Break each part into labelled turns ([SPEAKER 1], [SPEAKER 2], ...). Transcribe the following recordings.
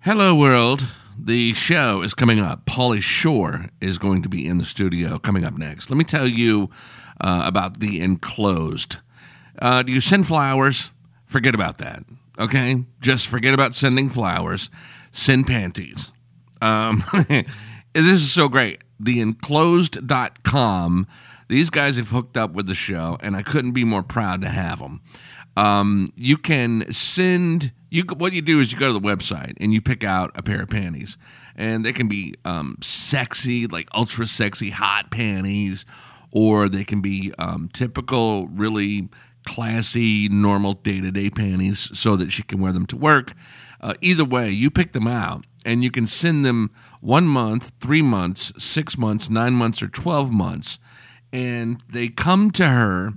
[SPEAKER 1] Hello World. The show is coming up. Polly Shore is going to be in the studio coming up next. Let me tell you uh, about the enclosed. Uh, do you send flowers? Forget about that. Okay, just forget about sending flowers. Send panties. Um, this is so great. Theenclosed.com. These guys have hooked up with the show, and I couldn't be more proud to have them. Um, you can send you. What you do is you go to the website and you pick out a pair of panties, and they can be um, sexy, like ultra sexy, hot panties, or they can be um, typical, really classy, normal day to day panties so that she can wear them to work. Uh, either way, you pick them out and you can send them one month, three months, six months, nine months, or 12 months. And they come to her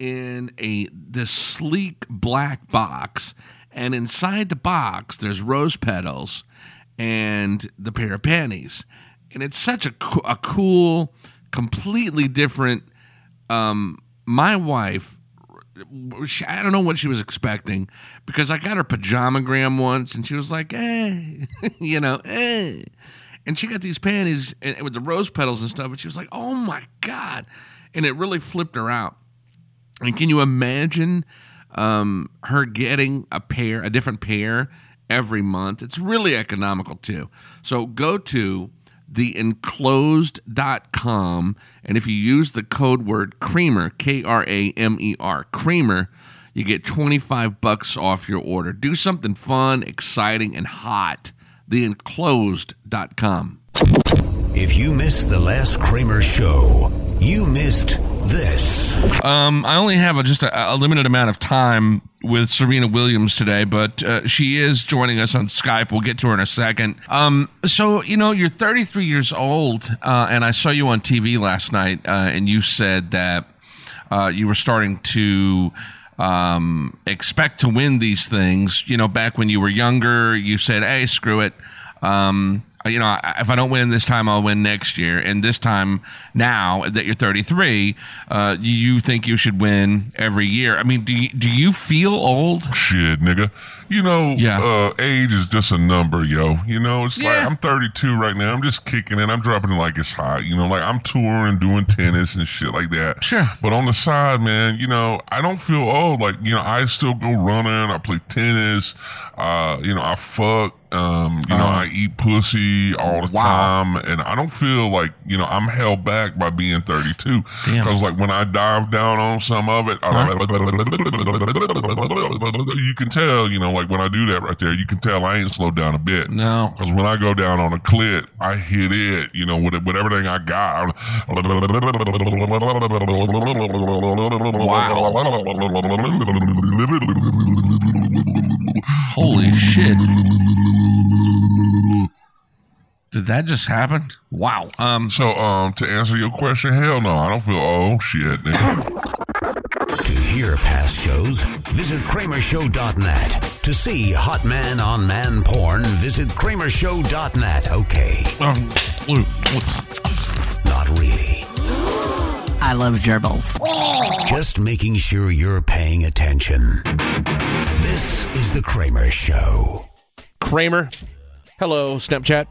[SPEAKER 1] in a this sleek black box. And inside the box, there's rose petals and the pair of panties. And it's such a, co- a cool, completely different. Um, my wife she, I don't know what she was expecting because I got her pajamagram once and she was like, eh, you know, eh. And she got these panties and, and with the rose petals and stuff and she was like, oh my God. And it really flipped her out. And can you imagine um, her getting a pair, a different pair every month? It's really economical too. So go to theenclosed.com. And if you use the code word creamer, K R A M E R, creamer, you get 25 bucks off your order. Do something fun, exciting, and hot. Theenclosed.com.
[SPEAKER 2] If you missed the last Kramer show, you missed this.
[SPEAKER 1] Um, I only have a, just a, a limited amount of time with Serena Williams today, but uh, she is joining us on Skype. We'll get to her in a second. Um, so, you know, you're 33 years old, uh, and I saw you on TV last night, uh, and you said that uh, you were starting to um, expect to win these things. You know, back when you were younger, you said, hey, screw it. Um, you know, I- if I don't win this time, I'll win next year. And this time, now that you're 33, uh, you think you should win every year. I mean, do you, do you feel old?
[SPEAKER 3] Shit, nigga. You know,
[SPEAKER 1] Yeah.
[SPEAKER 3] uh, age is just a number, yo. You know, it's
[SPEAKER 1] Yeah.
[SPEAKER 3] like I'm 32 right now. I'm just kicking it. I'm dropping it like it's hot. You know, like I'm touring, doing tennis and shit like that.
[SPEAKER 1] Sure.
[SPEAKER 3] But on the side, man, you know, I don't feel old. Like, you know, I still go running. I play tennis. Uh, you know, I fuck. Um, you know, I eat pussy all the
[SPEAKER 1] Uh-huh. Wow.
[SPEAKER 3] time, and I don't feel like you know I'm held back by being 32.
[SPEAKER 1] Damn.
[SPEAKER 3] Because like when I dive down on some of it, you can tell. You know, like when I do that right there, you can tell I ain't slowed down a bit.
[SPEAKER 1] No.
[SPEAKER 3] Because when I go down on a clit, I hit it, you know, with, with everything I got. Wow.
[SPEAKER 1] Holy shit. Did that just happen? Wow. Um,
[SPEAKER 3] So, um, to answer your question, hell no, I don't feel old. Shit, nigga.
[SPEAKER 2] To hear past shows, visit KramerShow.net. To see hot man on man porn, visit KramerShow.net. Okay,
[SPEAKER 1] um,
[SPEAKER 2] not really.
[SPEAKER 4] I love gerbils.
[SPEAKER 2] Just making sure you're paying attention. This is the Kramer Show.
[SPEAKER 5] Kramer. Hello, Snapchat.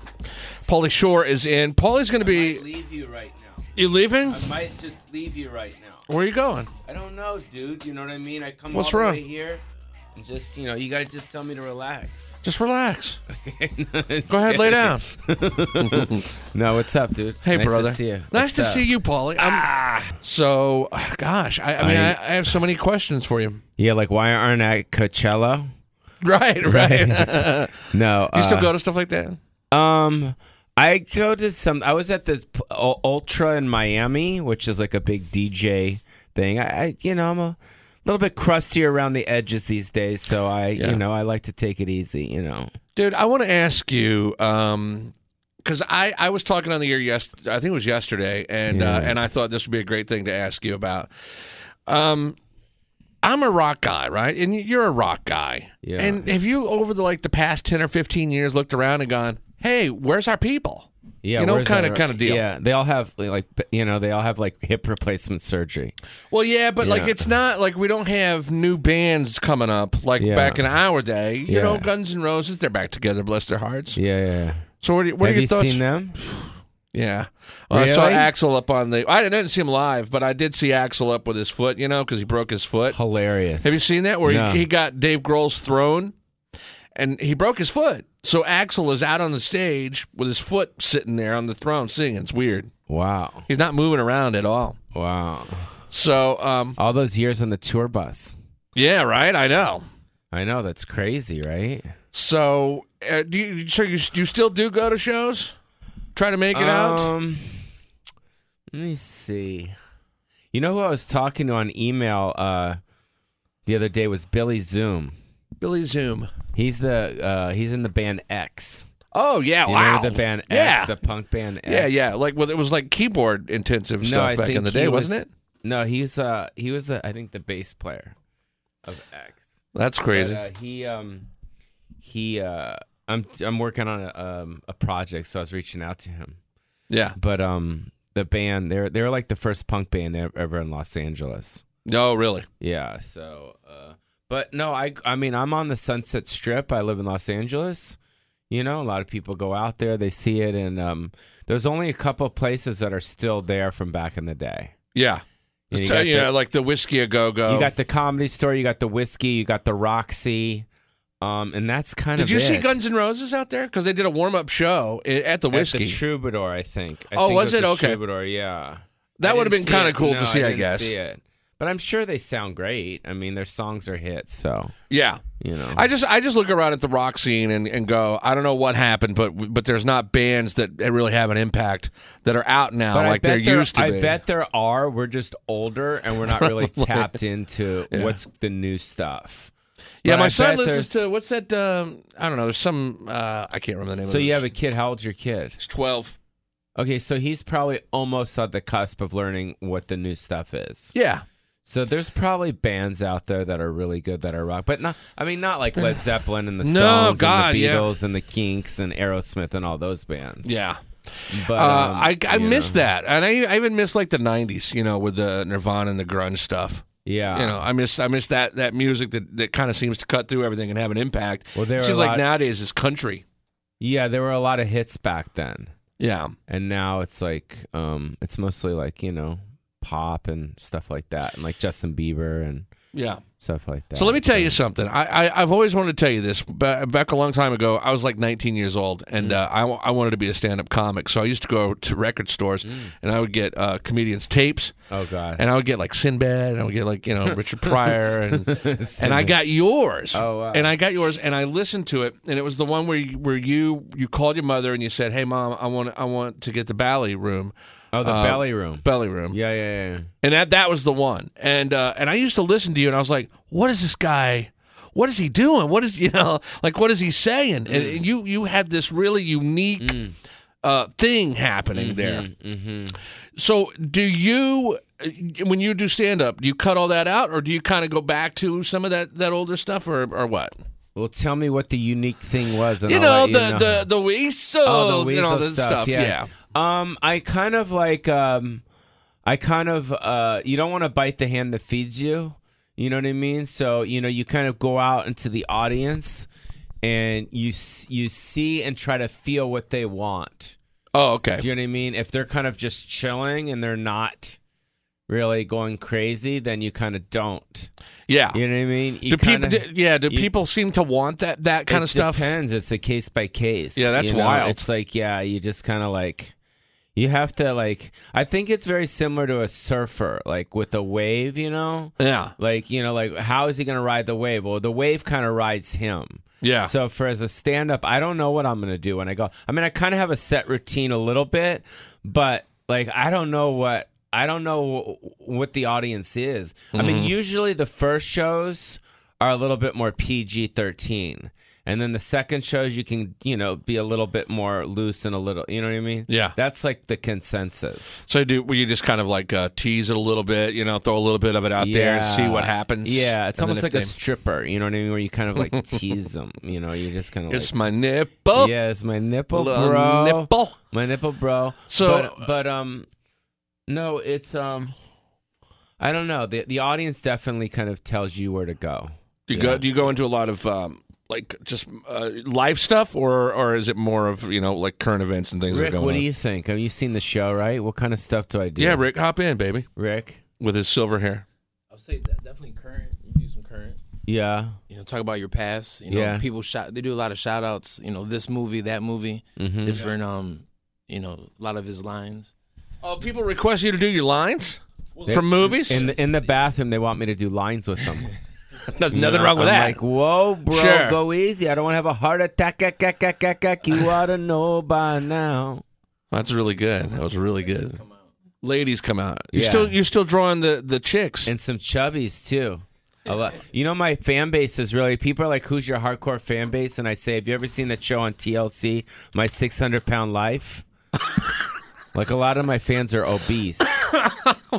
[SPEAKER 5] Paulie Shore is in. Paulie's
[SPEAKER 6] might
[SPEAKER 5] going to be.
[SPEAKER 6] leave you right now.
[SPEAKER 5] You leaving?
[SPEAKER 6] I might just leave you right now.
[SPEAKER 5] Where are you going?
[SPEAKER 6] I don't know, dude. You know what I mean? I come
[SPEAKER 5] What's
[SPEAKER 6] all the
[SPEAKER 5] wrong?
[SPEAKER 6] way here and just, you know, you gotta just tell me to relax.
[SPEAKER 5] Just relax.
[SPEAKER 6] Go
[SPEAKER 5] Go ahead, lay down.
[SPEAKER 6] No, what's up, dude?
[SPEAKER 5] Hey,
[SPEAKER 6] nice
[SPEAKER 5] brother.
[SPEAKER 6] To see you.
[SPEAKER 5] Nice to see you, Paulie. I'm, so, uh, gosh, I, I mean, Ah. I, I have so many questions for you.
[SPEAKER 7] Yeah, like why aren't I at Coachella?
[SPEAKER 5] Right, right.
[SPEAKER 7] Right. No,
[SPEAKER 5] Do you still
[SPEAKER 7] uh,
[SPEAKER 5] go to stuff like that?
[SPEAKER 7] Um, I go to some. I was at this p- U- Ultra in Miami, which is like a big DJ thing. I, I you know, I'm a little bit crusty around the edges these days, so I,
[SPEAKER 5] Yeah.
[SPEAKER 7] you know, I like to take it easy. You know,
[SPEAKER 5] Dude, I want to ask you um because I, I was talking on the air yes I think it was yesterday and uh, and I thought this would be a great thing to ask you about. Um, I'm a rock guy, right? And you're a rock guy.
[SPEAKER 7] Yeah.
[SPEAKER 5] And have you over the like the past ten or fifteen years looked around and gone, hey, where's our people?
[SPEAKER 7] Yeah,
[SPEAKER 5] You know,
[SPEAKER 7] where's that?
[SPEAKER 5] kinda- kinda deal.
[SPEAKER 7] Yeah, they all have like you know they all have like hip replacement surgery.
[SPEAKER 5] Well, yeah, but like
[SPEAKER 7] Yeah.
[SPEAKER 5] it's not like we don't have new bands coming up like
[SPEAKER 7] Yeah.
[SPEAKER 5] back in our day. You
[SPEAKER 7] Yeah.
[SPEAKER 5] know, Guns N' Roses, they're back together, bless their hearts.
[SPEAKER 7] Yeah, yeah. yeah.
[SPEAKER 5] So, what are, what are
[SPEAKER 7] have
[SPEAKER 5] your
[SPEAKER 7] you
[SPEAKER 5] thoughts?
[SPEAKER 7] seen them?
[SPEAKER 5] Yeah, Uh, I saw
[SPEAKER 7] Really?
[SPEAKER 5] Axel up on the. I didn't see him live, but I did see Axel up with his foot. You know, because he broke his foot.
[SPEAKER 7] Hilarious.
[SPEAKER 5] Have you seen that where
[SPEAKER 7] No.
[SPEAKER 5] he, he got Dave Grohl's throne and he broke his foot? So Axel is out on the stage with his foot sitting there on the throne singing. It's weird.
[SPEAKER 7] Wow,
[SPEAKER 5] He's not moving around at all.
[SPEAKER 7] wow.
[SPEAKER 5] So, um,
[SPEAKER 7] All those years on the tour bus.
[SPEAKER 5] yeah, right. I know.
[SPEAKER 7] I know that's crazy, right?
[SPEAKER 5] So, uh, do you, so you, you still do go to shows? Try to make it out?
[SPEAKER 7] Um, let me see. You know who I was talking to on email uh, the other day was Billy Zoom.
[SPEAKER 5] Billy Zoom.
[SPEAKER 7] He's the uh, he's in the band X.
[SPEAKER 5] Oh, yeah.
[SPEAKER 7] Do you
[SPEAKER 5] wow.
[SPEAKER 7] remember the band X,
[SPEAKER 5] Yeah.
[SPEAKER 7] the punk band X?
[SPEAKER 5] yeah, yeah. Like, well, it was like keyboard intensive
[SPEAKER 7] No,
[SPEAKER 5] stuff
[SPEAKER 7] I
[SPEAKER 5] back in
[SPEAKER 7] think
[SPEAKER 5] the day,
[SPEAKER 7] he
[SPEAKER 5] wasn't
[SPEAKER 7] was-
[SPEAKER 5] it?
[SPEAKER 7] No, he's uh he was uh, I think the bass player of X.
[SPEAKER 5] That's
[SPEAKER 7] But,
[SPEAKER 5] crazy.
[SPEAKER 7] uh, he um he uh I'm I'm working on a um a project, so I was reaching out to him.
[SPEAKER 5] yeah.
[SPEAKER 7] But um the band they're they're like the first punk band e- ever in Los Angeles.
[SPEAKER 5] No, really.
[SPEAKER 7] Yeah, so uh but no, I I mean I'm on the Sunset Strip. I live in Los Angeles. You know, a lot of people go out there, they see it and um there's only a couple of places that are still there from back in the day.
[SPEAKER 5] Yeah.
[SPEAKER 7] You
[SPEAKER 5] It's,
[SPEAKER 7] got
[SPEAKER 5] uh, yeah,
[SPEAKER 7] the-
[SPEAKER 5] like the whiskey a go go.
[SPEAKER 7] You got the comedy store, you got the whiskey, you got the Roxy. Um and that's kind of
[SPEAKER 5] Did you see
[SPEAKER 7] it.
[SPEAKER 5] Guns N' Roses out there? Because they did a warm up show i- at the
[SPEAKER 7] At
[SPEAKER 5] whiskey.
[SPEAKER 7] the Troubadour, I think. I
[SPEAKER 5] Oh,
[SPEAKER 7] think
[SPEAKER 5] was it?
[SPEAKER 7] the
[SPEAKER 5] Okay.
[SPEAKER 7] Troubadour, yeah.
[SPEAKER 5] that
[SPEAKER 7] I
[SPEAKER 5] would have been
[SPEAKER 7] didn't see
[SPEAKER 5] kind
[SPEAKER 7] it.
[SPEAKER 5] of cool
[SPEAKER 7] No,
[SPEAKER 5] to see, I,
[SPEAKER 7] didn't
[SPEAKER 5] guess.
[SPEAKER 7] see it. But I'm sure they sound great. I mean, their songs are hits, so
[SPEAKER 5] Yeah.
[SPEAKER 7] you know.
[SPEAKER 5] I just I just look around at the rock scene and, and go I don't know what happened but but there's not bands that really have an impact that are out now
[SPEAKER 7] but
[SPEAKER 5] like
[SPEAKER 7] I
[SPEAKER 5] there
[SPEAKER 7] bet there,
[SPEAKER 5] used to
[SPEAKER 7] I
[SPEAKER 5] be.
[SPEAKER 7] bet there are. We're just older, and we're not really tapped into what's the new stuff.
[SPEAKER 5] yeah,
[SPEAKER 7] but
[SPEAKER 5] my
[SPEAKER 7] I
[SPEAKER 5] son
[SPEAKER 7] bet
[SPEAKER 5] listens
[SPEAKER 7] there's-
[SPEAKER 5] to what's that? Um, I don't know. There's some uh, I can't remember the name.
[SPEAKER 7] So
[SPEAKER 5] of it.
[SPEAKER 7] you have a kid. How old's your kid?
[SPEAKER 5] He's twelve.
[SPEAKER 7] Okay, so he's probably almost at the cusp of learning what the new stuff is.
[SPEAKER 5] Yeah,
[SPEAKER 7] So there's probably bands out there that are really good that are rock, but not. I mean, not like Led Zeppelin and the
[SPEAKER 5] No,
[SPEAKER 7] Stones
[SPEAKER 5] God,
[SPEAKER 7] and the
[SPEAKER 5] yeah.
[SPEAKER 7] Beatles and the Kinks and Aerosmith and all those bands.
[SPEAKER 5] yeah.
[SPEAKER 7] but
[SPEAKER 5] Uh,
[SPEAKER 7] um,
[SPEAKER 5] I I
[SPEAKER 7] you know.
[SPEAKER 5] miss that, and I I even miss like the '90s, you know, with the Nirvana and the grunge stuff.
[SPEAKER 7] Yeah,
[SPEAKER 5] you know, I miss I miss that that music that, that kind of seems to cut through everything and have an impact.
[SPEAKER 7] Well, there
[SPEAKER 5] it
[SPEAKER 7] are
[SPEAKER 5] seems
[SPEAKER 7] a
[SPEAKER 5] like
[SPEAKER 7] lot-
[SPEAKER 5] nowadays it's country.
[SPEAKER 7] yeah. There were a lot of hits back then,
[SPEAKER 5] Yeah,
[SPEAKER 7] and now it's like um, it's mostly like you know pop and stuff like that, and like Justin Bieber and
[SPEAKER 5] yeah.
[SPEAKER 7] stuff like that.
[SPEAKER 5] So let me tell you something. I, I I've always wanted to tell you this. Ba- Back a long time ago, I was like 19 years old,
[SPEAKER 7] Mm.
[SPEAKER 5] and uh, I wa- I wanted to be a stand up comic. So I used to go to record stores, and I would get uh, comedians tapes,
[SPEAKER 7] Mm. Oh God.
[SPEAKER 5] and I would get like Sinbad, and I would get like you know Richard Pryor, and and I got yours.
[SPEAKER 7] Oh, wow.
[SPEAKER 5] And I got yours, and I listened to it, and it was the one where you, where you you called your mother and you said, "Hey, mom, I want I want to get the ballet room,
[SPEAKER 7] oh, the
[SPEAKER 5] uh,
[SPEAKER 7] belly room.
[SPEAKER 5] belly room."
[SPEAKER 7] yeah, yeah, yeah.
[SPEAKER 5] And that that was the one. And uh, and I used to listen to you, and I was like, "What is this guy?" What is he doing? What is you know like? What is he saying? And, and you you had this really unique uh, thing happening there. So, do you, uh, when you do stand up, do you cut all that out, or do you kind of go back to some of that, that older stuff, or, or what?
[SPEAKER 7] Well, tell me what the unique thing was. And
[SPEAKER 5] You
[SPEAKER 7] I'll
[SPEAKER 5] know,
[SPEAKER 7] let
[SPEAKER 5] the,
[SPEAKER 7] you know.
[SPEAKER 5] the the weasels
[SPEAKER 7] Oh, the
[SPEAKER 5] and all
[SPEAKER 7] weasel
[SPEAKER 5] this stuff. Yeah.
[SPEAKER 7] Um, I kind of like um, I kind of uh, you don't want to bite the hand that feeds you. You know what I mean? So you know, you kind of go out into the audience, and you s- you see and try to feel what they want.
[SPEAKER 5] Oh, okay.
[SPEAKER 7] Do you know what I mean? If they're kind of just chilling and they're not really going crazy, then you kind of don't.
[SPEAKER 5] yeah.
[SPEAKER 7] You know what I mean? You
[SPEAKER 5] do people?
[SPEAKER 7] kinda-
[SPEAKER 5] do- yeah. Do
[SPEAKER 7] you-
[SPEAKER 5] people seem to want that that kind
[SPEAKER 7] it
[SPEAKER 5] of stuff?
[SPEAKER 7] Depends. It's a case by case.
[SPEAKER 5] Yeah, that's
[SPEAKER 7] you know?
[SPEAKER 5] wild.
[SPEAKER 7] It's like yeah, you just kind of like you have to like. I think it's very similar to a surfer, like with a wave. You know,
[SPEAKER 5] Yeah.
[SPEAKER 7] like you know, like how is he gonna ride the wave? Well, the wave kind of rides him.
[SPEAKER 5] Yeah.
[SPEAKER 7] So for as a stand up, I don't know what I'm gonna do when I go. I mean, I kind of have a set routine a little bit, but like I don't know what I don't know wh- what the audience is.
[SPEAKER 5] Mm-hmm.
[SPEAKER 7] I mean, usually the first shows are a little bit more PG 13, And then the second shows you can, you know, be a little bit more loose and a little, you know what I mean?
[SPEAKER 5] Yeah.
[SPEAKER 7] That's like the consensus.
[SPEAKER 5] So do well, you just kind of like uh, tease it a little bit, you know, throw a little bit of it out there and see what
[SPEAKER 7] Yeah.
[SPEAKER 5] happens.
[SPEAKER 7] Yeah, it's
[SPEAKER 5] And
[SPEAKER 7] almost
[SPEAKER 5] then if
[SPEAKER 7] like a
[SPEAKER 5] they-
[SPEAKER 7] stripper, you know what I mean? Where you kind of like tease them, you know, you just kind of
[SPEAKER 5] it's
[SPEAKER 7] like,
[SPEAKER 5] my nipple,
[SPEAKER 7] yeah, it's my nipple,
[SPEAKER 5] oh! little
[SPEAKER 7] bro.
[SPEAKER 5] nipple.
[SPEAKER 7] My nipple, bro.
[SPEAKER 5] So-
[SPEAKER 7] but, but um, no, it's um, I don't know. the The audience definitely kind of tells you where to go.
[SPEAKER 5] Do you go? Do you go into a lot of um, like just uh, life stuff, or or is it more of you know like current events and things
[SPEAKER 7] Rick,
[SPEAKER 5] that are going
[SPEAKER 7] what
[SPEAKER 5] on?
[SPEAKER 7] do you think? Have you seen the show? Right? What kind of stuff do I do?
[SPEAKER 5] yeah, Rick, hop in, baby,
[SPEAKER 7] Rick.
[SPEAKER 5] with his silver hair.
[SPEAKER 8] I'll say that definitely current. You do some current.
[SPEAKER 7] Yeah.
[SPEAKER 8] You know, talk about your past. You know,
[SPEAKER 7] Yeah.
[SPEAKER 8] people shout. They do a lot of shout outs. You know, this movie, that movie,
[SPEAKER 7] hmm
[SPEAKER 8] different. Um, you know, a lot of his lines.
[SPEAKER 5] Oh, people request you to do your lines from movies.
[SPEAKER 7] In the in the bathroom, they want me to do lines with them.
[SPEAKER 5] nothing, nothing wrong with
[SPEAKER 7] I'm
[SPEAKER 5] that.
[SPEAKER 7] Like, whoa, bro,
[SPEAKER 5] Sure.
[SPEAKER 7] go easy. I don't want to have a heart attack. ack, ack, ack, ack, ack. You ought to know by now.
[SPEAKER 5] That's really good. That was really good. Ladies come out. You
[SPEAKER 7] Yeah.
[SPEAKER 5] still you're still drawing the the chicks.
[SPEAKER 7] and some chubbies too. A lot. You know, my fan base is really people are like, "Who's your hardcore fan base?" And I say, "Have you ever seen that show on TLC, My 600 Pound Life?" like a lot of my fans are obese.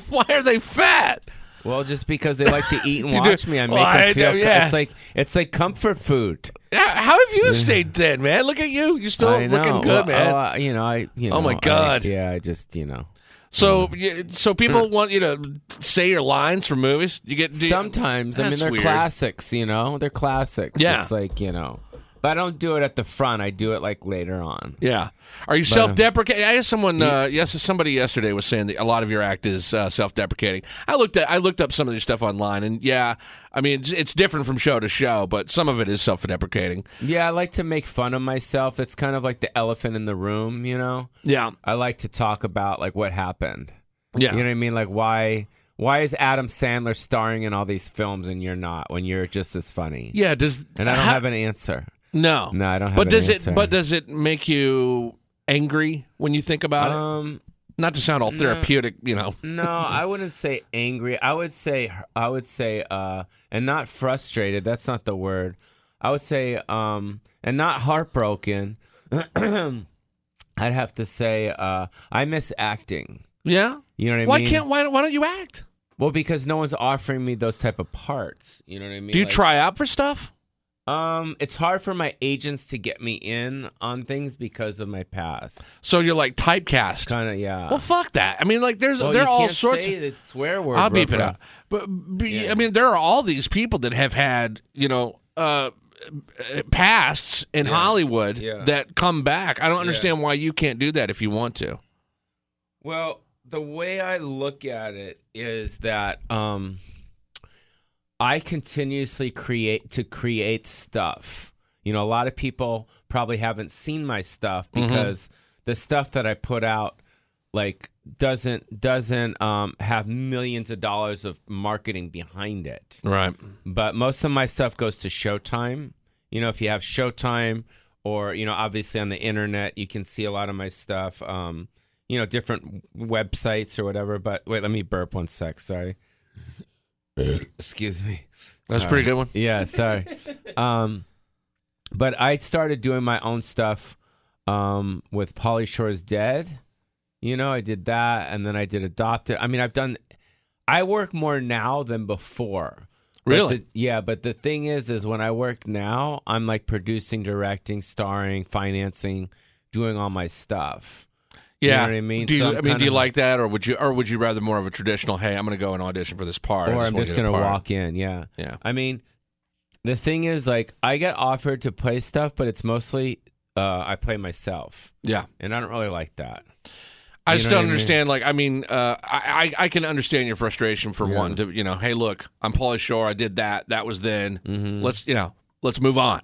[SPEAKER 5] Why are they fat?
[SPEAKER 7] well, just because they like to eat and
[SPEAKER 5] do-
[SPEAKER 7] watch me, I make
[SPEAKER 5] Well, I
[SPEAKER 7] them feel.
[SPEAKER 5] know, yeah.
[SPEAKER 7] It's like it's like comfort food.
[SPEAKER 5] How how have you stayed thin, man? Look at you. You're still
[SPEAKER 7] I know.
[SPEAKER 5] looking
[SPEAKER 7] Well,
[SPEAKER 5] good, man.
[SPEAKER 7] oh, I- you know, I. You know,
[SPEAKER 5] Oh, my
[SPEAKER 7] I-
[SPEAKER 5] God.
[SPEAKER 7] yeah, I just you know.
[SPEAKER 5] so you- so people want you to say your lines from movies. You get do you-
[SPEAKER 7] Sometimes, I mean,
[SPEAKER 5] That's
[SPEAKER 7] they're
[SPEAKER 5] weird.
[SPEAKER 7] classics. You know, they're classics.
[SPEAKER 5] Yeah.
[SPEAKER 7] it's like you know, but I don't do it at the front. I do it like later on.
[SPEAKER 5] Yeah. Are
[SPEAKER 7] uh,
[SPEAKER 5] you self deprecating? I asked someone. Uh, yes, somebody yesterday was saying that a lot of your act is uh, self deprecating. I looked at I looked up some of your stuff online, and yeah, I mean it's, it's different from show to show, but some of it is self deprecating.
[SPEAKER 7] Yeah, I like to make fun of myself. It's kind of like the elephant in the room, you know?
[SPEAKER 5] Yeah.
[SPEAKER 7] I like to talk about like what happened.
[SPEAKER 5] Yeah.
[SPEAKER 7] You know what I mean? Like why why is Adam Sandler starring in all these films and you're not when you're just as funny?
[SPEAKER 5] yeah. Does
[SPEAKER 7] And I don't
[SPEAKER 5] how-
[SPEAKER 7] have an answer.
[SPEAKER 5] no.
[SPEAKER 7] No, I don't have
[SPEAKER 5] But
[SPEAKER 7] an
[SPEAKER 5] does
[SPEAKER 7] answer.
[SPEAKER 5] it? But does it make you angry when you think about it?
[SPEAKER 7] Um
[SPEAKER 5] Not to sound all therapeutic, you know.
[SPEAKER 7] no, I wouldn't say angry. I would say I would say uh and not frustrated. That's not the word. I would say um and not heartbroken. I'd have to say uh I miss acting.
[SPEAKER 5] Yeah.
[SPEAKER 7] You know what I
[SPEAKER 5] Why
[SPEAKER 7] mean?
[SPEAKER 5] can't why, why don't you act?
[SPEAKER 7] Well, because no one's offering me those type of parts. You know what I mean?
[SPEAKER 5] Do you
[SPEAKER 7] Like,
[SPEAKER 5] try out for stuff?
[SPEAKER 7] Um, it's hard for my agents to get me in on things because of my past.
[SPEAKER 5] So you're like typecast.
[SPEAKER 7] Kind of, yeah.
[SPEAKER 5] Well, fuck that. I mean, like there's
[SPEAKER 7] Well,
[SPEAKER 5] there
[SPEAKER 7] you
[SPEAKER 5] are all
[SPEAKER 7] can't
[SPEAKER 5] sorts.
[SPEAKER 7] Say the swear word.
[SPEAKER 5] I'll
[SPEAKER 7] bro,
[SPEAKER 5] beep it
[SPEAKER 7] bro.
[SPEAKER 5] out. But, but I mean, there are all these people that have had you know uh, uh, pasts in Hollywood
[SPEAKER 7] Yeah.
[SPEAKER 5] that come back. I don't understand why you can't do that if you want to.
[SPEAKER 7] Well, the way I look at it is that um, I continuously create to create stuff. You know, a lot of people probably haven't seen my stuff because the stuff that I put out like doesn't doesn't um, have millions of dollars of marketing behind it
[SPEAKER 5] Right.
[SPEAKER 7] but most of my stuff goes to Showtime. You know, if you have Showtime or, you know, obviously on the internet, you can see a lot of my stuff, um, you know, different websites or whatever. But wait, let me burp one sec. Sorry. Excuse me.
[SPEAKER 5] That's a pretty good one.
[SPEAKER 7] Yeah, sorry. um, but I started doing my own stuff um, with Polly Shore's Dead. You know, I did that, and then I did Adopted. I mean, I've done. I work more now than before. But
[SPEAKER 5] Really?
[SPEAKER 7] the- yeah, but the thing is, is when I work now, I'm like producing, directing, starring, financing, doing all my stuff. you know
[SPEAKER 5] Yeah.
[SPEAKER 7] what I mean?
[SPEAKER 5] Do you,
[SPEAKER 7] So
[SPEAKER 5] I
[SPEAKER 7] I'm
[SPEAKER 5] mean, do
[SPEAKER 7] kinda-
[SPEAKER 5] you like that, or would you, or would you rather more of a traditional? Hey, I'm going to go and audition for this part, I
[SPEAKER 7] or I'm
[SPEAKER 5] wanna
[SPEAKER 7] just
[SPEAKER 5] get
[SPEAKER 7] gonna
[SPEAKER 5] a part."
[SPEAKER 7] walk in. Yeah.
[SPEAKER 5] Yeah.
[SPEAKER 7] I mean, the thing is, like, I get offered to play stuff, but it's mostly uh, I play myself,
[SPEAKER 5] Yeah.
[SPEAKER 7] and I don't really like that.
[SPEAKER 5] I
[SPEAKER 7] You
[SPEAKER 5] just
[SPEAKER 7] know what
[SPEAKER 5] don't
[SPEAKER 7] I mean?
[SPEAKER 5] understand. Like, I mean, uh, I I I can understand your frustration for
[SPEAKER 7] Yeah.
[SPEAKER 5] wanting to, you know, hey, look, I'm Paulie Shore. I did that. That was then. Let's, you know, let's move on.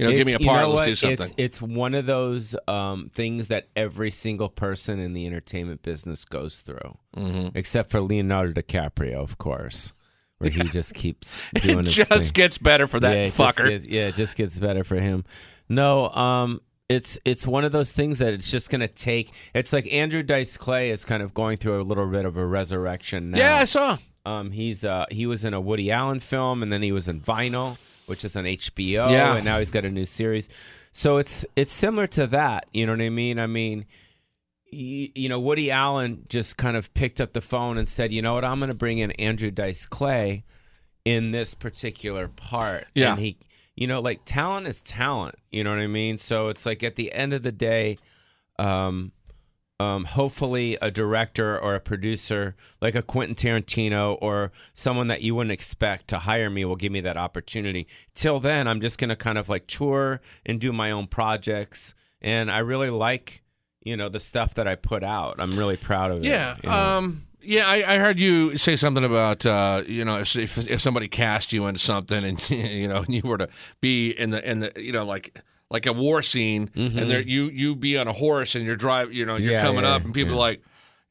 [SPEAKER 5] You know, Mm-hmm. give me a
[SPEAKER 7] Mm-hmm. It's-
[SPEAKER 5] part.
[SPEAKER 7] know
[SPEAKER 5] let's
[SPEAKER 7] what?
[SPEAKER 5] do something.
[SPEAKER 7] It's, it's one of those um, things that every single person in the entertainment business goes through,
[SPEAKER 5] Mm-hmm.
[SPEAKER 7] except for Leonardo DiCaprio, of course, where he just keeps doing
[SPEAKER 5] it
[SPEAKER 7] his
[SPEAKER 5] just
[SPEAKER 7] thing.
[SPEAKER 5] gets better for that
[SPEAKER 7] yeah, it just
[SPEAKER 5] fucker.
[SPEAKER 7] gets- yeah, it just gets better for him. No, um, it's it's one of those things that it's just gonna take. It's like Andrew Dice Clay is kind of going through a little bit of a resurrection now.
[SPEAKER 5] yeah, I saw.
[SPEAKER 7] um, he's uh, he was in a Woody Allen film, and then he was in Vinyl, which is on HBO.
[SPEAKER 5] Yeah.
[SPEAKER 7] And now he's got a new series. So it's it's similar to that. You know what I mean? I mean, y- you know, Woody Allen just kind of picked up the phone and said, you know what, I'm going to bring in Andrew Dice Clay in this particular part.
[SPEAKER 5] Yeah.
[SPEAKER 7] And he, you know, like talent is talent. You know what I mean? So it's like at the end of the day, um, um, hopefully a director or a producer like a Quentin Tarantino or someone that you wouldn't expect to hire me will give me that opportunity. Till then, I'm just going to kind of like tour and do my own projects. And I really like, you know, the stuff that I put out. I'm really proud of
[SPEAKER 5] Yeah.
[SPEAKER 7] it. you know?
[SPEAKER 5] Um, yeah, I, I heard you say something about uh, you know if, if if somebody cast you into something and you know and you were to be in the in the you know like like a war scene and there you you be on a horse and you're drive you know you're
[SPEAKER 7] Mm-hmm. Yeah,
[SPEAKER 5] coming
[SPEAKER 7] yeah,
[SPEAKER 5] up and people are like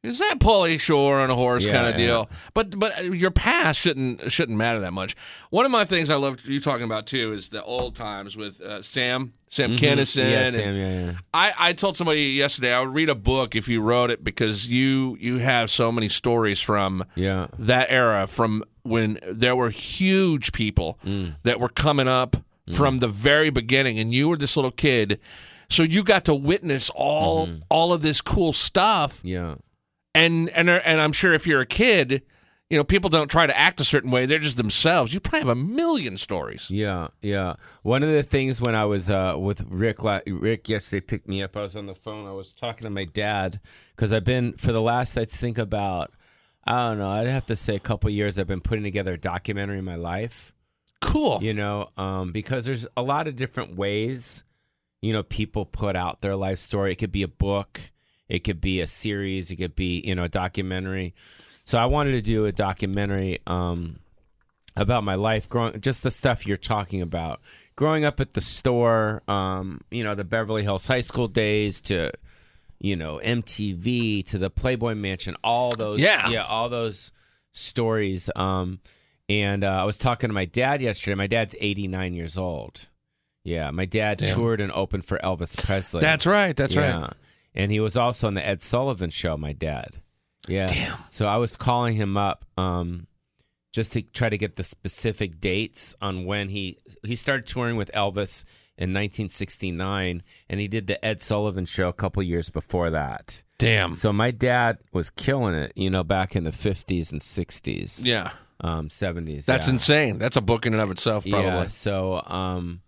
[SPEAKER 5] is that Paulie Shore on a horse
[SPEAKER 7] Yeah,
[SPEAKER 5] kind of
[SPEAKER 7] yeah.
[SPEAKER 5] deal? But but your past shouldn't shouldn't matter that much. One of my things I love you talking about too is the old times with uh, Sam Sam Kinison
[SPEAKER 7] Mm-hmm. yeah,
[SPEAKER 5] and-
[SPEAKER 7] Sam, yeah, yeah.
[SPEAKER 5] I, I told somebody yesterday I would read a book if you wrote it because you you have so many stories from
[SPEAKER 7] Yeah.
[SPEAKER 5] that era from when there were huge people
[SPEAKER 7] Mm.
[SPEAKER 5] that were coming up from the very beginning and you were this little kid so you got to witness all
[SPEAKER 7] Mm-hmm.
[SPEAKER 5] all of this cool stuff
[SPEAKER 7] Yeah.
[SPEAKER 5] and and and I'm sure if you're a kid you know people don't try to act a certain way they're just themselves you probably have a million stories
[SPEAKER 7] Yeah, yeah. One of the things when I was uh, with Rick, la- Rick yesterday picked me up. I was on the phone. I was talking to my dad because I've been for the last I think about I don't know. I'd have to say a couple years. I've been putting together a documentary in my life.
[SPEAKER 5] cool
[SPEAKER 7] You know, um, because there's a lot of different ways. You know, people put out their life story. It could be a book. It could be a series. It could be you know a documentary. So I wanted to do a documentary. Um, about my life growing just the stuff you're talking about growing up at the store um, you know the beverly hills high school days to you know mtv to the playboy mansion all those
[SPEAKER 5] Yeah.
[SPEAKER 7] all those stories um, and uh, i was talking to my dad yesterday my dad's 89 years old yeah my dad toured and opened for elvis presley
[SPEAKER 5] that's right that's right
[SPEAKER 7] and he was also on the Ed Sullivan show, my dad. Yeah. Damn. So I was calling him up um, just to try to get the specific dates on when he he started touring with Elvis in 1969 and he did the Ed Sullivan show a couple years before that.
[SPEAKER 5] damn
[SPEAKER 7] So my dad was killing it, you know, back in the 50s and 60s.
[SPEAKER 5] yeah
[SPEAKER 7] Um 70s.
[SPEAKER 5] that's
[SPEAKER 7] yeah.
[SPEAKER 5] insane that's a book in and of itself probably
[SPEAKER 7] Yeah, so um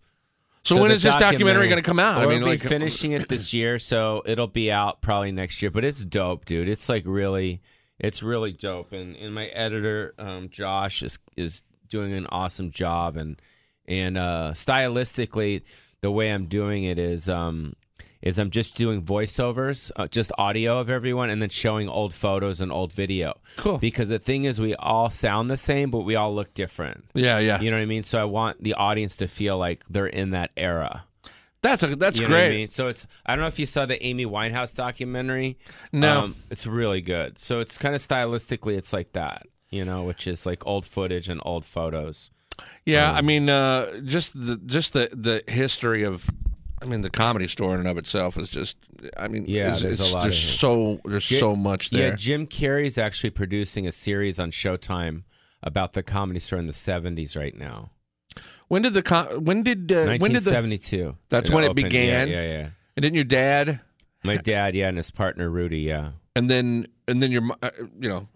[SPEAKER 5] So, when
[SPEAKER 7] the
[SPEAKER 5] is this documentary going to come out?
[SPEAKER 7] We'll be finishing it this year, so it'll be out probably next year. But it's dope, dude. It's like really, it's really dope. And and my editor, um, Josh, is is doing an awesome job. And and uh, stylistically, the way I'm doing it is um is I'm just doing voiceovers, uh, just audio of everyone, and then showing old photos and old video.
[SPEAKER 5] Cool.
[SPEAKER 7] Because the thing is, we all sound the same, but we all look different.
[SPEAKER 5] yeah, yeah,
[SPEAKER 7] You know what I mean? So I want the audience to feel like they're in that era.
[SPEAKER 5] that's a, that's
[SPEAKER 7] You know what I
[SPEAKER 5] great.
[SPEAKER 7] mean? So it's I don't know if you saw the Amy Winehouse documentary. Um,
[SPEAKER 5] No.
[SPEAKER 7] it's really good. So it's kind of stylistically, it's like that, you know, which is like old footage and old photos.
[SPEAKER 5] Yeah, I mean, uh, just the just the the history of. I mean, the comedy store in and of itself is just. I mean,
[SPEAKER 7] Yeah,
[SPEAKER 5] it's-
[SPEAKER 7] there's a
[SPEAKER 5] it's-
[SPEAKER 7] lot
[SPEAKER 5] There's
[SPEAKER 7] of it.
[SPEAKER 5] so there's so much there.
[SPEAKER 7] Yeah, Jim Carrey's actually producing a series on Showtime about the comedy store in the '70s right now.
[SPEAKER 5] when did the com- when did uh, when did the
[SPEAKER 7] 1972.
[SPEAKER 5] That's when it
[SPEAKER 7] opened.
[SPEAKER 5] began?
[SPEAKER 7] Yeah, yeah, yeah.
[SPEAKER 5] and then your dad
[SPEAKER 7] My dad, yeah, and his partner Rudy, yeah.
[SPEAKER 5] and then and then your mo- uh, you know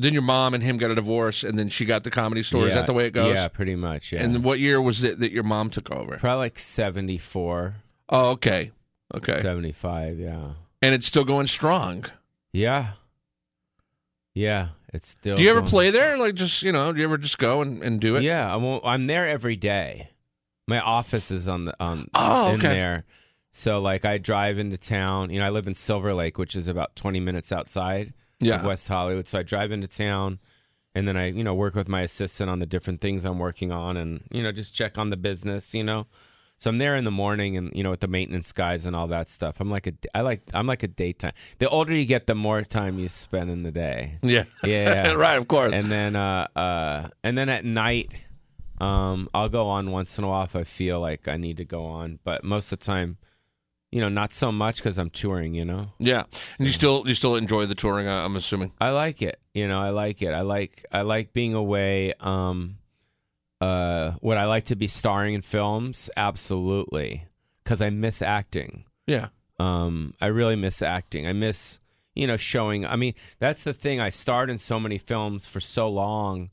[SPEAKER 5] then your mom and him got a divorce and then she got the comedy store. Is
[SPEAKER 7] Yeah,
[SPEAKER 5] that the way it goes?
[SPEAKER 7] Yeah, pretty much. Yeah.
[SPEAKER 5] And then what year was it that your mom took over?
[SPEAKER 7] probably like 74,
[SPEAKER 5] Oh, okay, okay,
[SPEAKER 7] 75, yeah.
[SPEAKER 5] and it's still going strong.
[SPEAKER 7] Yeah. Yeah, it's still.
[SPEAKER 5] Do you ever
[SPEAKER 7] going.
[SPEAKER 5] play there? Like just you know, do you ever just go and, and do it?
[SPEAKER 7] Yeah, I'm, I'm there every day. My office is on the on
[SPEAKER 5] Oh,
[SPEAKER 7] in
[SPEAKER 5] okay.
[SPEAKER 7] there. So like I drive into town. You know, I live in Silver Lake, which is about 20 minutes outside
[SPEAKER 5] Yeah.
[SPEAKER 7] of West Hollywood. So I drive into town and then I, you know, work with my assistant on the different things I'm working on and, you know, just check on the business, you know. So I'm there in the morning and, you know, with the maintenance guys and all that stuff. I'm like a I like I'm like a daytime. The older you get, the more time you spend in the day.
[SPEAKER 5] Yeah.
[SPEAKER 7] Yeah.
[SPEAKER 5] right, of course.
[SPEAKER 7] and then uh, uh, and then at night um, I'll go on once in a while if I feel like I need to go on, but most of the time, you know, not so much because I'm touring. You know,
[SPEAKER 5] yeah. And you still you still enjoy the touring, I- I'm assuming.
[SPEAKER 7] I like it. You know, I like it. I like I like being away. Um, uh, would I like to be starring in films? Absolutely, because I miss acting.
[SPEAKER 5] Yeah.
[SPEAKER 7] Um, I really miss acting. I miss, you know, showing. I mean, that's the thing. I starred in so many films for so long,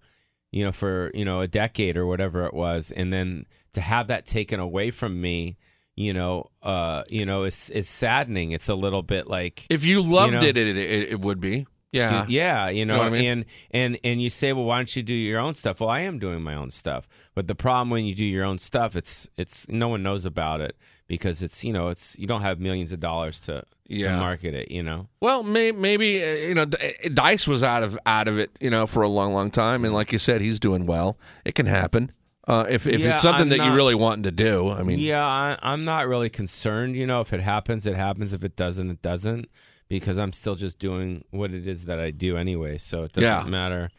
[SPEAKER 7] you know, for, you know, a decade or whatever it was. And then to have that taken away from me, you know, uh, you know, is is saddening. It's a little bit like
[SPEAKER 5] If you loved
[SPEAKER 7] know-
[SPEAKER 5] it, it, it, it would be. Yeah.
[SPEAKER 7] Excuse- yeah, you know,
[SPEAKER 5] what I mean?
[SPEAKER 7] and and and you say, well, why don't you do your own stuff? Well, I am doing my own stuff, but the problem when you do your own stuff, it's it's no one knows about it because it's you know it's you don't have millions of dollars to
[SPEAKER 5] Yeah.
[SPEAKER 7] to market it, you know.
[SPEAKER 5] Well, may, maybe uh, you know, D- Dice was out of out of it, you know, for a long, long time, and like you said, he's doing well. It can happen uh, if if
[SPEAKER 7] Yeah,
[SPEAKER 5] it's something
[SPEAKER 7] I'm
[SPEAKER 5] that you
[SPEAKER 7] not-
[SPEAKER 5] really want to do. I mean,
[SPEAKER 7] Yeah, I, I'm not really concerned. You know, if it happens, it happens. If it doesn't, it doesn't, because I'm still just doing what it is that I do anyway. So it doesn't
[SPEAKER 5] Yeah.
[SPEAKER 7] matter.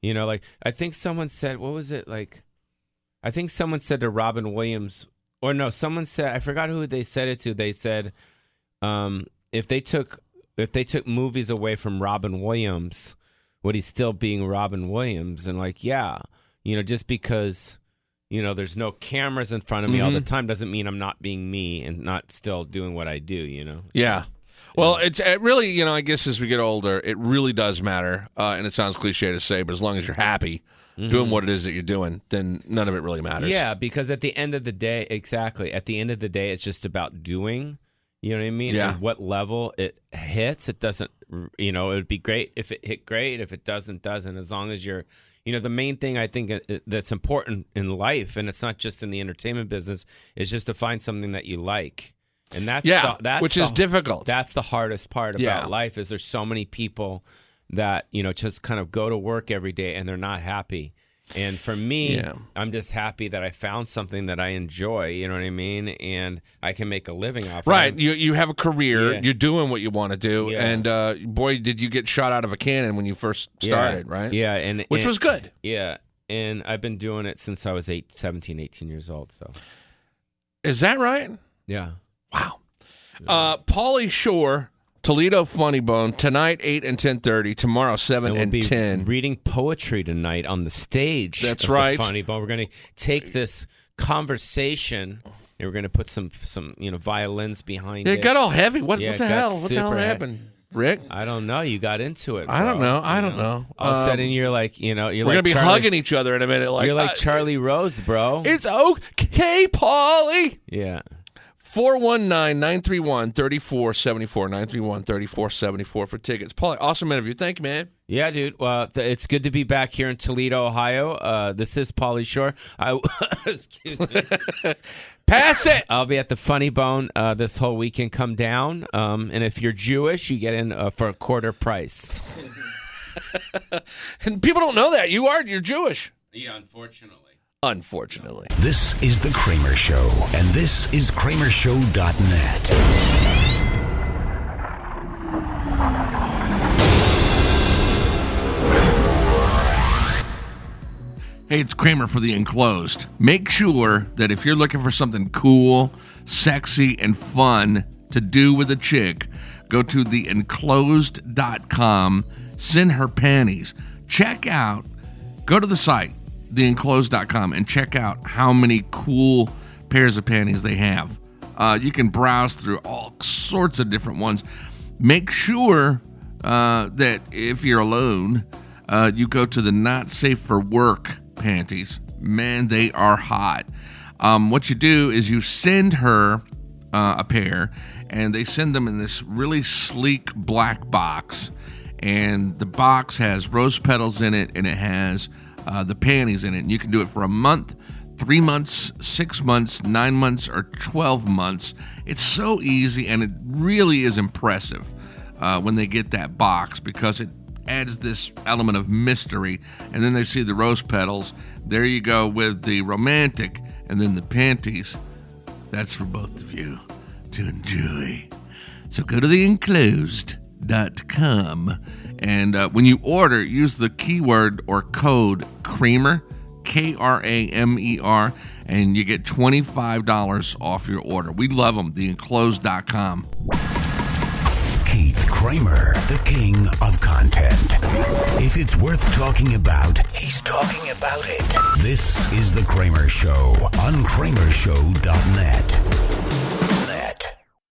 [SPEAKER 7] You know, like I think someone said, what was it like? I think someone said to Robin Williams, or no, someone said I forgot who they said it to. They said, um, if they took if they took movies away from Robin Williams, would he still being Robin Williams? And like, yeah, you know, just because you know there's no cameras in front of me all the time doesn't mean I'm not being me and not still doing what I do. You know?
[SPEAKER 5] Yeah. Well, it's it really, you know, I guess as we get older, it really does matter. Uh, and it sounds cliche to say, but as long as you're happy doing what it is that you're doing, then none of it really matters.
[SPEAKER 7] Mm-hmm. Yeah, because at the end of the day, exactly. At the end of the day, it's just about doing. You know what I mean?
[SPEAKER 5] Yeah.
[SPEAKER 7] And what level it hits, it doesn't. You know, it would be great if it hit great. If it doesn't, doesn't. As long as you're, you know, the main thing I think uh, that's important in life, and it's not just in the entertainment business, is just to find something that you like. And that's
[SPEAKER 5] Yeah,
[SPEAKER 7] the- that's
[SPEAKER 5] which
[SPEAKER 7] the-
[SPEAKER 5] is difficult.
[SPEAKER 7] That's the hardest part about
[SPEAKER 5] Yeah.
[SPEAKER 7] life is there's so many people that you know just kind of go to work every day and they're not happy. And for me,
[SPEAKER 5] Yeah.
[SPEAKER 7] I'm just happy that I found something that I enjoy. You know what I mean? And I can make a living off.
[SPEAKER 5] Right.
[SPEAKER 7] Of it.
[SPEAKER 5] You you have a career.
[SPEAKER 7] Yeah.
[SPEAKER 5] You're doing what you want to do.
[SPEAKER 7] Yeah.
[SPEAKER 5] And uh, boy, did you get shot out of a cannon when you first started,
[SPEAKER 7] yeah.
[SPEAKER 5] right?
[SPEAKER 7] Yeah, and
[SPEAKER 5] Which
[SPEAKER 7] and-
[SPEAKER 5] was good.
[SPEAKER 7] yeah, and I've been doing it since I was eight, 17, 18 years old. So
[SPEAKER 5] Is that right?
[SPEAKER 7] yeah,
[SPEAKER 5] Wow. Uh, Paulie Shore, Toledo Funny Bone tonight, eight and ten thirty. Tomorrow, seven
[SPEAKER 7] and we'll
[SPEAKER 5] and
[SPEAKER 7] be
[SPEAKER 5] ten.
[SPEAKER 7] reading poetry tonight on the stage.
[SPEAKER 5] That's
[SPEAKER 7] of the
[SPEAKER 5] right.
[SPEAKER 7] funny bone. We're going to take this conversation and we're going to put some some you know violins behind
[SPEAKER 5] it
[SPEAKER 7] it.
[SPEAKER 5] got all heavy. What,
[SPEAKER 7] Yeah,
[SPEAKER 5] what
[SPEAKER 7] it
[SPEAKER 5] the
[SPEAKER 7] got
[SPEAKER 5] hell? What the hell
[SPEAKER 7] super he-
[SPEAKER 5] happened, Rick?
[SPEAKER 7] I don't know. You got into it.
[SPEAKER 5] I don't
[SPEAKER 7] bro.
[SPEAKER 5] know. I don't know.
[SPEAKER 7] All of a
[SPEAKER 5] Um,
[SPEAKER 7] sudden, you're like, you know, you're
[SPEAKER 5] We're
[SPEAKER 7] like
[SPEAKER 5] gonna be
[SPEAKER 7] Charlie-
[SPEAKER 5] hugging each other in a minute. Like
[SPEAKER 7] You're like
[SPEAKER 5] uh,
[SPEAKER 7] Charlie Rose, bro.
[SPEAKER 5] It's okay, Paulie.
[SPEAKER 7] yeah.
[SPEAKER 5] 419-931-3474, 931-3474 for tickets. Paulie, awesome interview. Thank you, man.
[SPEAKER 7] Yeah, dude. Well, th- it's good to be back here in Toledo, Ohio. Uh, this is Polly Shore. I, excuse me.
[SPEAKER 5] Pass it.
[SPEAKER 7] I'll be at the Funny Bone uh, this whole weekend. Come down. Um, and if you're Jewish, you get in uh, for a quarter price.
[SPEAKER 5] And people don't know that. You are. You're Jewish.
[SPEAKER 7] Yeah, unfortunately.
[SPEAKER 5] Unfortunately.
[SPEAKER 2] This is The Kramer Show, and this is KramerShow.net.
[SPEAKER 1] Hey, it's Kramer for the enclosed. Make sure that if you're looking for something cool, sexy, and fun to do with a chick, go to theenclosed.com, send her panties, check out, go to the site, theenclosed.com, and check out how many cool pairs of panties they have. Uh, you can browse through all sorts of different ones. Make sure uh, that if you're alone, uh, you go to the not safe for work panties. Man, they are hot. Um, what you do is you send her uh, a pair, and they send them in this really sleek black box. And the box has rose petals in it, and it has uh, the panties in it. And you can do it for a month, three months, six months, nine months, or 12 months. It's so easy, and it really is impressive uh, when they get that box because it adds this element of mystery. And then they see the rose petals. There you go with the romantic, and then the panties. That's for both of you to enjoy. So go to theenclosed.com and uh, when you order, use the keyword or code CREAMER, K R A M E R, and you get $25 off your order. We love them, theenclosed.com.
[SPEAKER 2] Keith Kramer, the king of content. If it's worth talking about, he's talking about it. This is The Kramer Show on KramerShow.net.